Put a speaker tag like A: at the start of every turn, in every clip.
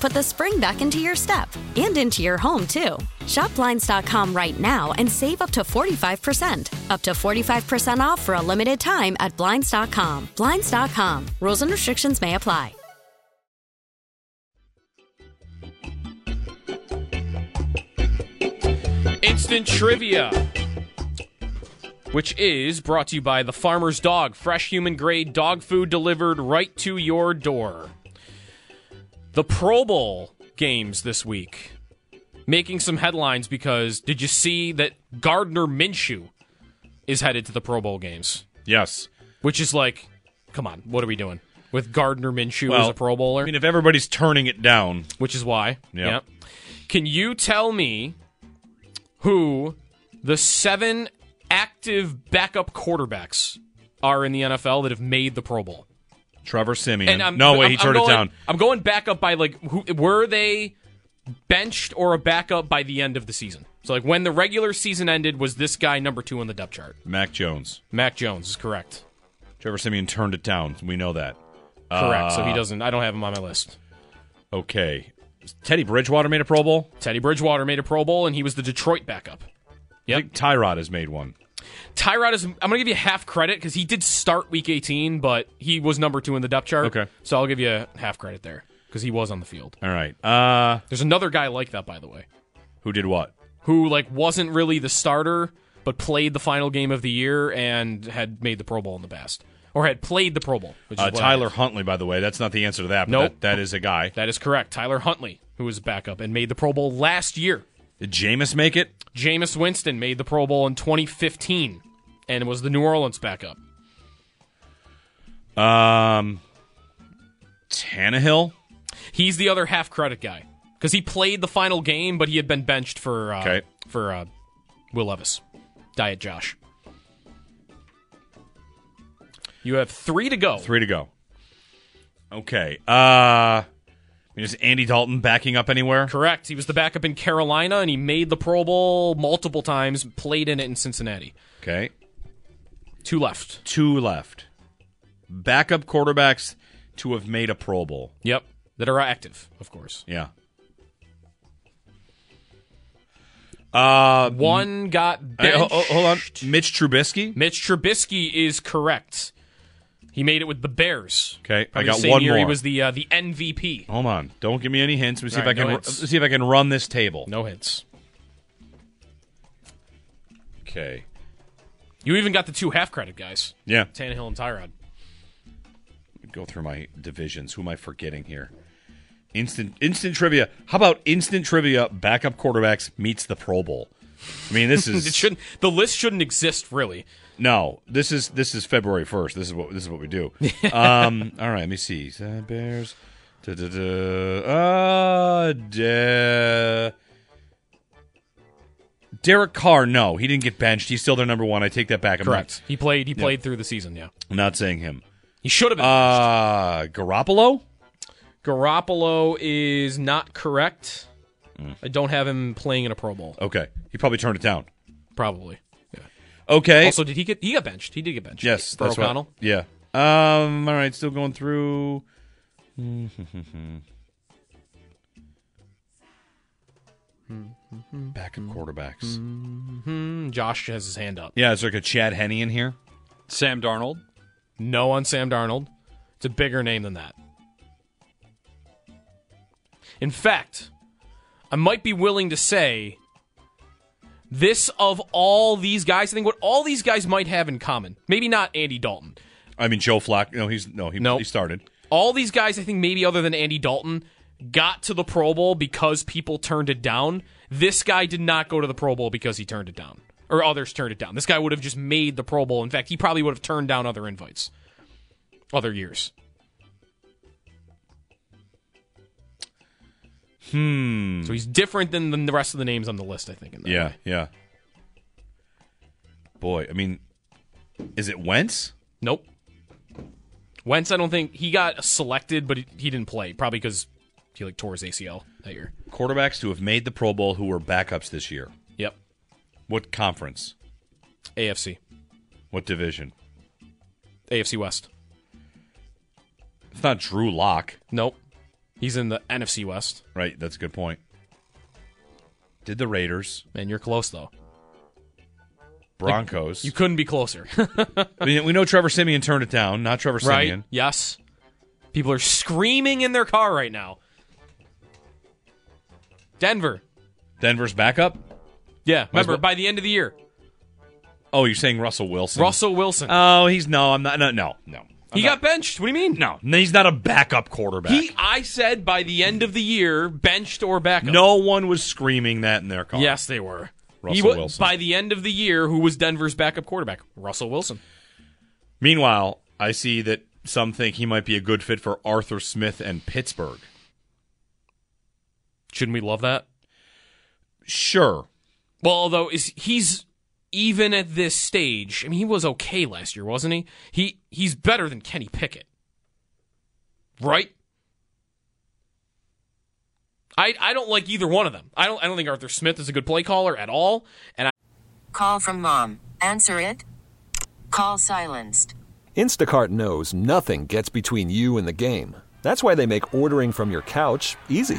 A: put the spring back into your step and into your home, too. Shop Blinds.com right now and save up to 45%. Up to 45% off for a limited time at Blinds.com. Blinds.com. Rules and restrictions may apply.
B: Instant trivia, which is brought to you by the Farmer's Dog, fresh human grade dog food delivered right to your door. The Pro Bowl games this week making some headlines because did you see that Gardner Minshew is headed to the Pro Bowl games?
C: Yes.
B: Which is like, come on, what are we doing with Gardner Minshew as a Pro Bowler?
C: I mean, if everybody's turning it down,
B: which is why.
C: Yeah.
B: Can you tell me who the seven active backup quarterbacks are in the NFL that have made the Pro Bowl?
C: Trevor Simeon. no way, he
B: I'm- I'm
C: turned
B: going-
C: it down.
B: I'm going back up by like, who, were they benched or a backup by the end of the season? So like, when the regular season ended, was this guy number two on the depth chart?
C: Mac Jones.
B: Mac Jones is correct.
C: Trevor Simeon turned it down. We know that.
B: Correct. so he
C: Uh,
B: doesn't. I don't have him on my list.
C: Okay. Teddy Bridgewater made a Pro Bowl.
B: Teddy Bridgewater made a Pro Bowl, and he was the Detroit backup.
C: I think Tyrod has made one.
B: Tyrod is. I'm gonna give you half credit because he did start Week 18, but he was number two in the depth chart.
C: Okay.
B: so I'll give you half credit there because he was on the field.
C: All right. Uh,
B: There's another guy like that, by the way,
C: who did what?
B: who like wasn't really the starter, but played the final game of the year and had made the Pro Bowl in the past, or had played the Pro Bowl. Which is
C: Uh,
B: what I
C: Tyler
B: did.
C: Huntley, by the way. That's not the answer to that. But
B: Nope.
C: that- that is a guy.
B: That is correct. Tyler Huntley, who was a backup and made the Pro Bowl last year.
C: Did Jameis make it?
B: Jameis Winston made the Pro Bowl in 2015 and was the New Orleans backup.
C: Um, Tannehill.
B: He's the other half credit guy because he played the final game, but he had been benched for uh,
C: Okay.
B: for uh, Will Levis, Diet Josh. You have three to go.
C: Three to go. Okay. Uh, I mean, is Andy Dalton backing up anywhere?
B: Correct. He was the backup in Carolina, and he made the Pro Bowl multiple times. Played in it in Cincinnati.
C: Okay.
B: Two left.
C: Two left. Backup quarterbacks to have made a Pro Bowl.
B: Yep, that are active, of course.
C: Yeah. Uh,
B: One got
C: hey, ho-
B: benched.
C: ho- hold on. Mitch Trubisky.
B: Mitch Trubisky is correct. He made it with the Bears.
C: Okay, I
B: Probably
C: got
B: the same
C: one
B: year He
C: more. Oh.
B: was the uh, the MVP.
C: Hold on. Don't give me any hints. Let me see
B: All
C: if I
B: right,
C: can
B: no
C: ru-
B: hints.
C: let's see if I can run this table.
B: No hints.
C: Okay.
B: You even got the two half credit guys,
C: Yeah.
B: Tannehill and Tyrod.
C: go through my divisions. Who am I forgetting here? Instant instant trivia. How about instant trivia? Backup quarterbacks meets the Pro Bowl. I mean, this is
B: It shouldn't. The list shouldn't exist, really.
C: no. This is this is February first. This is what this is what we do. um, all right, let me see. Uh, Bears. Da, da, da. Uh, da. Derek Carr. No, he didn't get benched. He's still their number one. I take that back. I'm
B: Correct. He played. He played through the season. Yeah.
C: Not, I'm not saying him.
B: He should have been.
C: Uh, Garoppolo.
B: Garoppolo is not correct.
C: Mm.
B: I don't have him playing in a Pro Bowl.
C: Okay, he probably turned it down.
B: Probably.
C: Okay.
B: Also, did he get? He got benched. He did get benched.
C: Yes,
B: For
C: that's right.
B: O'Connell.
C: Yeah. Um. All right. Still going through. Backup quarterbacks.
B: Hmm, Josh has his hand up.
C: Mm-hmm. Yeah, is there like a Chad Henney in here?
D: Sam Darnold.
B: No on Sam Darnold. It's a bigger name than that. In fact, I might be willing to say this of all these guys, I think what all these guys might have in common, maybe not Andy Dalton.
C: I mean, Joe Flack. No, he's no, he,
B: Nope.
C: he started.
B: All these guys, I think maybe other than Andy Dalton, got to the Pro Bowl because people turned it down. This guy did not go to the Pro Bowl because he turned it down, or others turned it down. This guy would have just made the Pro Bowl. In fact, he probably would have turned down other invites, other years.
C: Hmm.
B: So he's different than than the rest of the names on the list, I think. In that
C: Yeah,
B: way.
C: yeah. Boy, I mean, is it Wentz?
B: Nope. Wentz, I don't think he got selected, but he, he didn't play, probably because he like tore his ACL that year.
C: Quarterbacks who have made the Pro Bowl who were backups this year.
B: Yep.
C: What conference?
B: AFC,
C: What division?
B: AFC West.
C: It's not Drew Lock,
B: Nope. He's in the NFC West,
C: right? That's a good point. Did the Raiders,
B: and you're close though.
C: Broncos?
B: You couldn't be closer,
C: I mean, we know Trevor Simeon turned it down. Not Trevor
B: right?
C: Simeon.
B: Yes. People are screaming in their car right now. Denver.
C: Denver's backup.
B: Yeah.
C: Might as
B: Remember,
C: well-
B: by the end of the year,
C: Oh, you're saying Russell Wilson?
B: Russell Wilson.
C: Oh, he's no. I'm not. No, no, no.
B: he got benched. What do you mean?
C: no. No, He's not a backup quarterback.
B: He, I said by the end of the year, benched or backup.
C: no one was screaming that in their car.
B: Yes, they were.
C: Russell
B: He wa-
C: Wilson.
B: By the end of the year, who was Denver's backup quarterback? Russell Wilson.
C: Meanwhile, I see that some think he might be a good fit for Arthur Smith and Pittsburgh.
B: Shouldn't we love that?
C: Sure.
B: Well, although is he's even at this stage. I mean, he was okay last year, wasn't he? He he's better than Kenny Pickett, right? I I don't like either one of them. I don't I don't think Arthur Smith is a good play caller at all, and I,
E: Call from mom. Answer it. Call silenced.
F: Instacart knows nothing gets between you and the game. That's why they make ordering from your couch easy.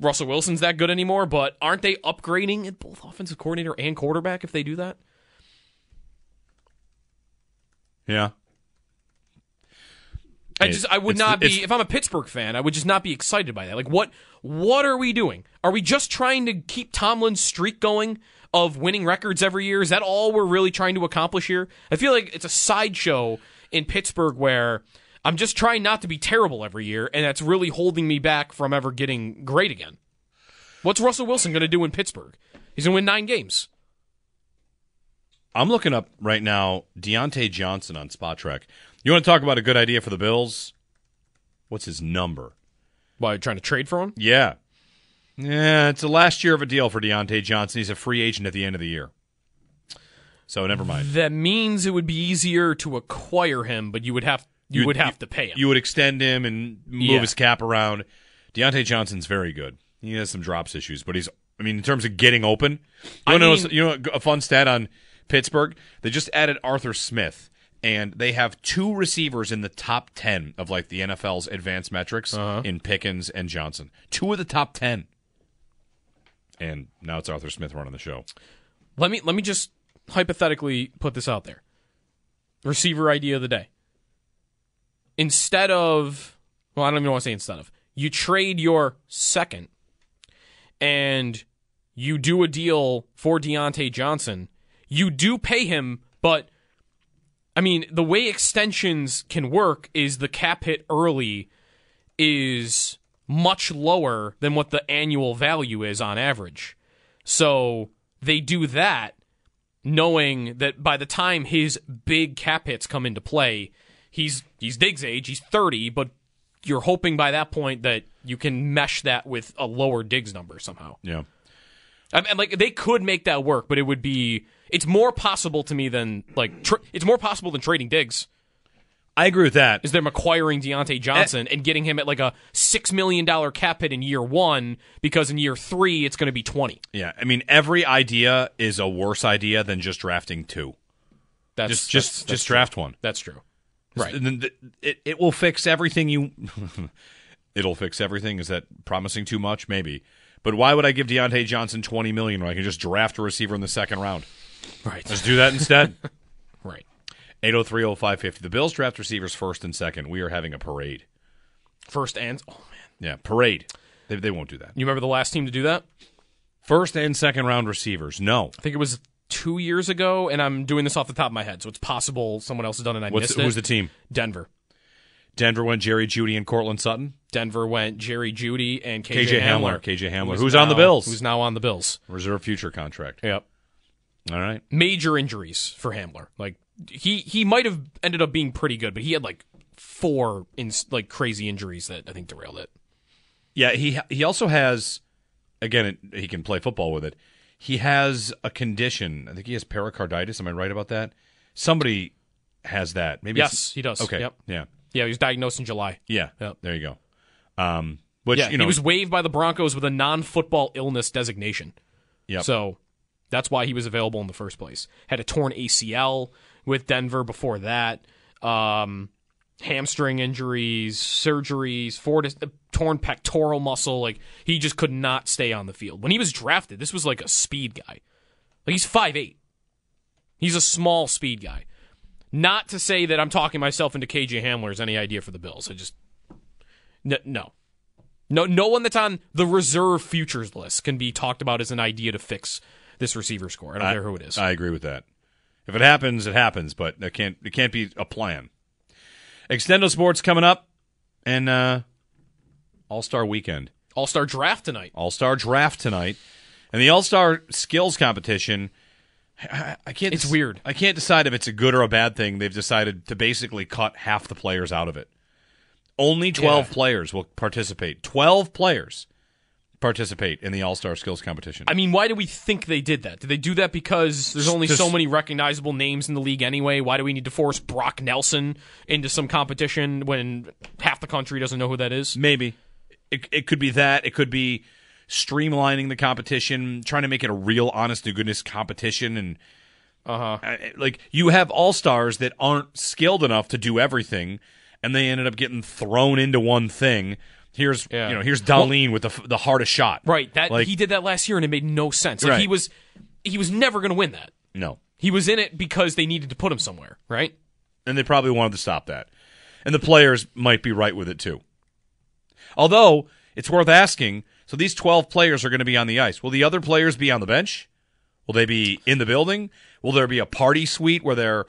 B: Russell Wilson's that good anymore. But aren't they upgrading at both offensive coordinator and quarterback if they do that?
C: Yeah.
B: I
C: It-
B: just I would
C: it's the-
B: not
C: it's-
B: be if I'm a Pittsburgh fan, I would just not be excited by that. Like what what are we doing? Are we just trying to keep Tomlin's streak going of winning records every year? Is that all we're really trying to accomplish here? I feel like it's a sideshow in Pittsburgh where I'm just trying not to be terrible every year, and that's really holding me back from ever getting great again. What's Russell Wilson going to do in Pittsburgh? He's going to win nine games.
C: I'm looking up right now Deontay Johnson on Spot Track. You want to talk about a good idea for the Bills? What's his number?
B: Why you trying to trade for him?
C: Yeah. Yeah, it's the last year of a deal for Deontay Johnson. He's a free agent at the end of the year. So never mind.
B: That means it would be easier to acquire him, but you would have you would have to pay him.
C: You would extend him and move
B: Yeah.
C: his cap around. Deontay Johnson's very good. He has some drops issues, but he's. I mean, in terms of getting open, you
B: I
C: know,
B: mean-
C: you know, a fun stat on Pittsburgh. They just added Arthur Smith, and they have two receivers in the top ten of like the NFL's advanced metrics
B: Uh-huh.
C: in Pickens and Johnson. Two of the top ten, and now it's Arthur Smith running the show.
B: let me let me just hypothetically put this out there. Receiver idea of the day. Instead of well, I don't even want to say instead of. You trade your second and you do a deal for Deontay Johnson. You do pay him, but I mean, the way extensions can work is the cap hit early is much lower than what the annual value is on average. So they do that knowing that by the time his big cap hits come into play, he's he's Diggs age, he's 30, but you're hoping by that point that you can mesh that with a lower Diggs number somehow.
C: Yeah.
B: I mean, like they could make that work, but it would be it's more possible to me than like tr- it's more possible than trading Diggs
C: I agree with that.
B: is them acquiring Deontay Johnson and getting him at like a six million dollar cap hit in year one because in year three it's going to be twenty.
C: Yeah, I mean, every idea is a worse idea than just drafting two.
B: That's that's-
C: Just, just,
B: that's
C: just
B: true.
C: draft one.
B: That's true. Right.
C: And then th- it, it will fix everything you. It'll fix everything. Is that promising too much? Maybe. But why would I give Deontay Johnson twenty million when I can just draft a receiver in the second round?
B: Right.
C: Let's do that instead.
B: Right.
C: Eight oh three oh five fifty. The Bills draft receivers first and second. We are having a parade.
B: First and oh man,
C: Yeah, parade. They, they won't do that.
B: you remember the last team to do that?
C: First and second round receivers. No.
B: I think it was two years ago, and I'm doing this off the top of my head, so it's possible someone else has done it. And I
C: What's
B: missed
C: the,
B: it.
C: who's the team?
B: Denver.
C: Denver went Jerry Judy and Cortland Sutton.
B: Denver went Jerry Judy and KJ,
C: KJ
B: Hamler.
C: Hamler. KJ Hamler,
B: who is
C: who's on the Bills.
B: Who's now on the Bills?
C: Reserve future contract.
B: Yep.
C: All right.
B: Major injuries for Hamler. Like he he might have ended up being pretty good, but he had like four in, like crazy injuries that I think derailed it.
C: Yeah, he he also has again it, he can play football with it. He has a condition. I think he has pericarditis. Am I right about that? Somebody has that. Maybe it's-
B: Yes, he does.
C: Okay.
B: Yep.
C: Yeah.
B: Yeah, he was diagnosed in July.
C: Yeah.
B: Yep.
C: There you go. Um, which
B: yeah,
C: you know,
B: he was waived by the Broncos with a non-football illness designation.
C: yep.
B: So that's why he was available in the first place. Had a torn ACL with Denver before that. Um, hamstring injuries, surgeries, four dis- uh, torn pectoral muscle. Like he just could not stay on the field. When he was drafted, this was like a speed guy. Like he's 5'8". He's a small speed guy. Not to say that I'm talking myself into KJ Hamler's any idea for the Bills. I just n- no. No, no one that's on the reserve futures list can be talked about as an idea to fix this receiver score. I don't care who it is.
C: I agree with that. If it happens, it happens, but it can't it can't be a plan. Extendo Sports coming up and uh All Star Weekend.
B: All Star draft tonight.
C: All Star Draft tonight, and the All Star Skills Competition. I, I can't.
B: It's weird.
C: I can't decide if it's a good or a bad thing. They've decided to basically cut half the players out of it. Only twelve
B: Yeah.
C: players will participate. Twelve players participate in the All Star Skills Competition.
B: I mean, why do we think they did that? Did they do that because there's only
C: Just-
B: so many recognizable names in the league anyway? Why do we need to force Brock Nelson into some competition when half the country doesn't know who that is?
C: Maybe it it could be that. It could be streamlining the competition, trying to make it a real, honest to goodness competition, and
B: Uh-huh.
C: uh huh. Like you have all stars that aren't skilled enough to do everything, and they ended up getting thrown into one thing. Here's
B: Yeah.
C: you know here's Darlene with the f- the hardest shot.
B: Right. That
C: Like,
B: he did that last year, and it made no sense. Like, He
C: Right.
B: was he was never going to win that.
C: no,
B: He was in it because they needed to put him somewhere. Right.
C: and they probably wanted to stop that. And the players might be right with it too. Although it's worth asking, so these 12 players are going to be on the ice. Will the other players be on the bench? Will they be in the building? Will there be a party suite where they're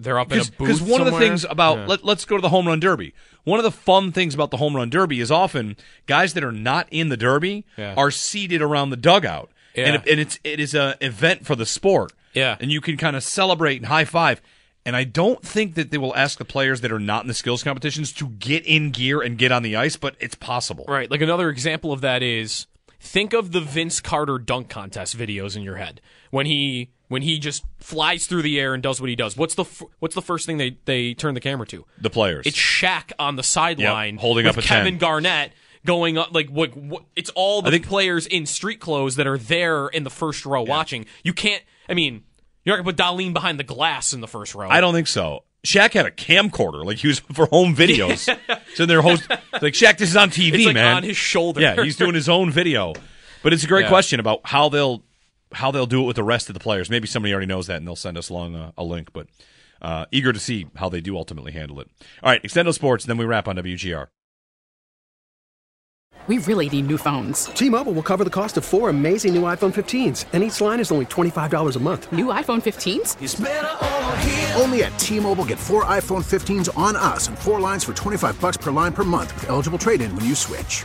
B: They're up in a
C: because
B: booth.
C: because one of the
B: somewhere.
C: things about let, let's go to the home run derby. One of the fun things about the home run derby is often guys that are not in the derby
B: Yeah.
C: are seated around the dugout,
B: Yeah.
C: and, it, and it's it is a event for the sport.
B: Yeah.
C: and you can kind of celebrate and high five. And I don't think that they will ask the players that are not in the skills competitions to get in gear and get on the ice, but it's possible.
B: Right. Like another example of that is think of the Vince Carter dunk contest videos in your head when he when he just flies through the air and does what he does. What's the f- what's the first thing they they turn the camera to?
C: The players.
B: It's Shaq on the sideline
C: holding
B: with
C: up a
B: Kevin
C: 10.
B: Garnett going up like what, what it's all the
C: think-
B: players in street clothes that are there in the first row watching. You can't I mean, you're not going to put Darlene behind the glass in the first row.
C: I don't think so. Shaq had a camcorder, like he was for home videos. so they're host like Shaq, this is on TV,
B: It's, like,
C: man.
B: on his shoulder.
C: Yeah, he's doing his own video. But it's a great
B: Yeah.
C: question about how they'll how they'll do it with the rest of the players. Maybe somebody already knows that and they'll send us along a, a link. But uh, eager to see how they do ultimately handle it. All right, Extendo Sports, then we wrap on WGR.
D: We really need new phones.
G: T-Mobile will cover the cost of four amazing new iPhone 15s, and each line is only $25 a month.
D: New iPhone 15s?
H: Only at T-Mobile, get four iPhone 15s on us and four lines for 25 bucks per line per month with eligible trade-in when you switch.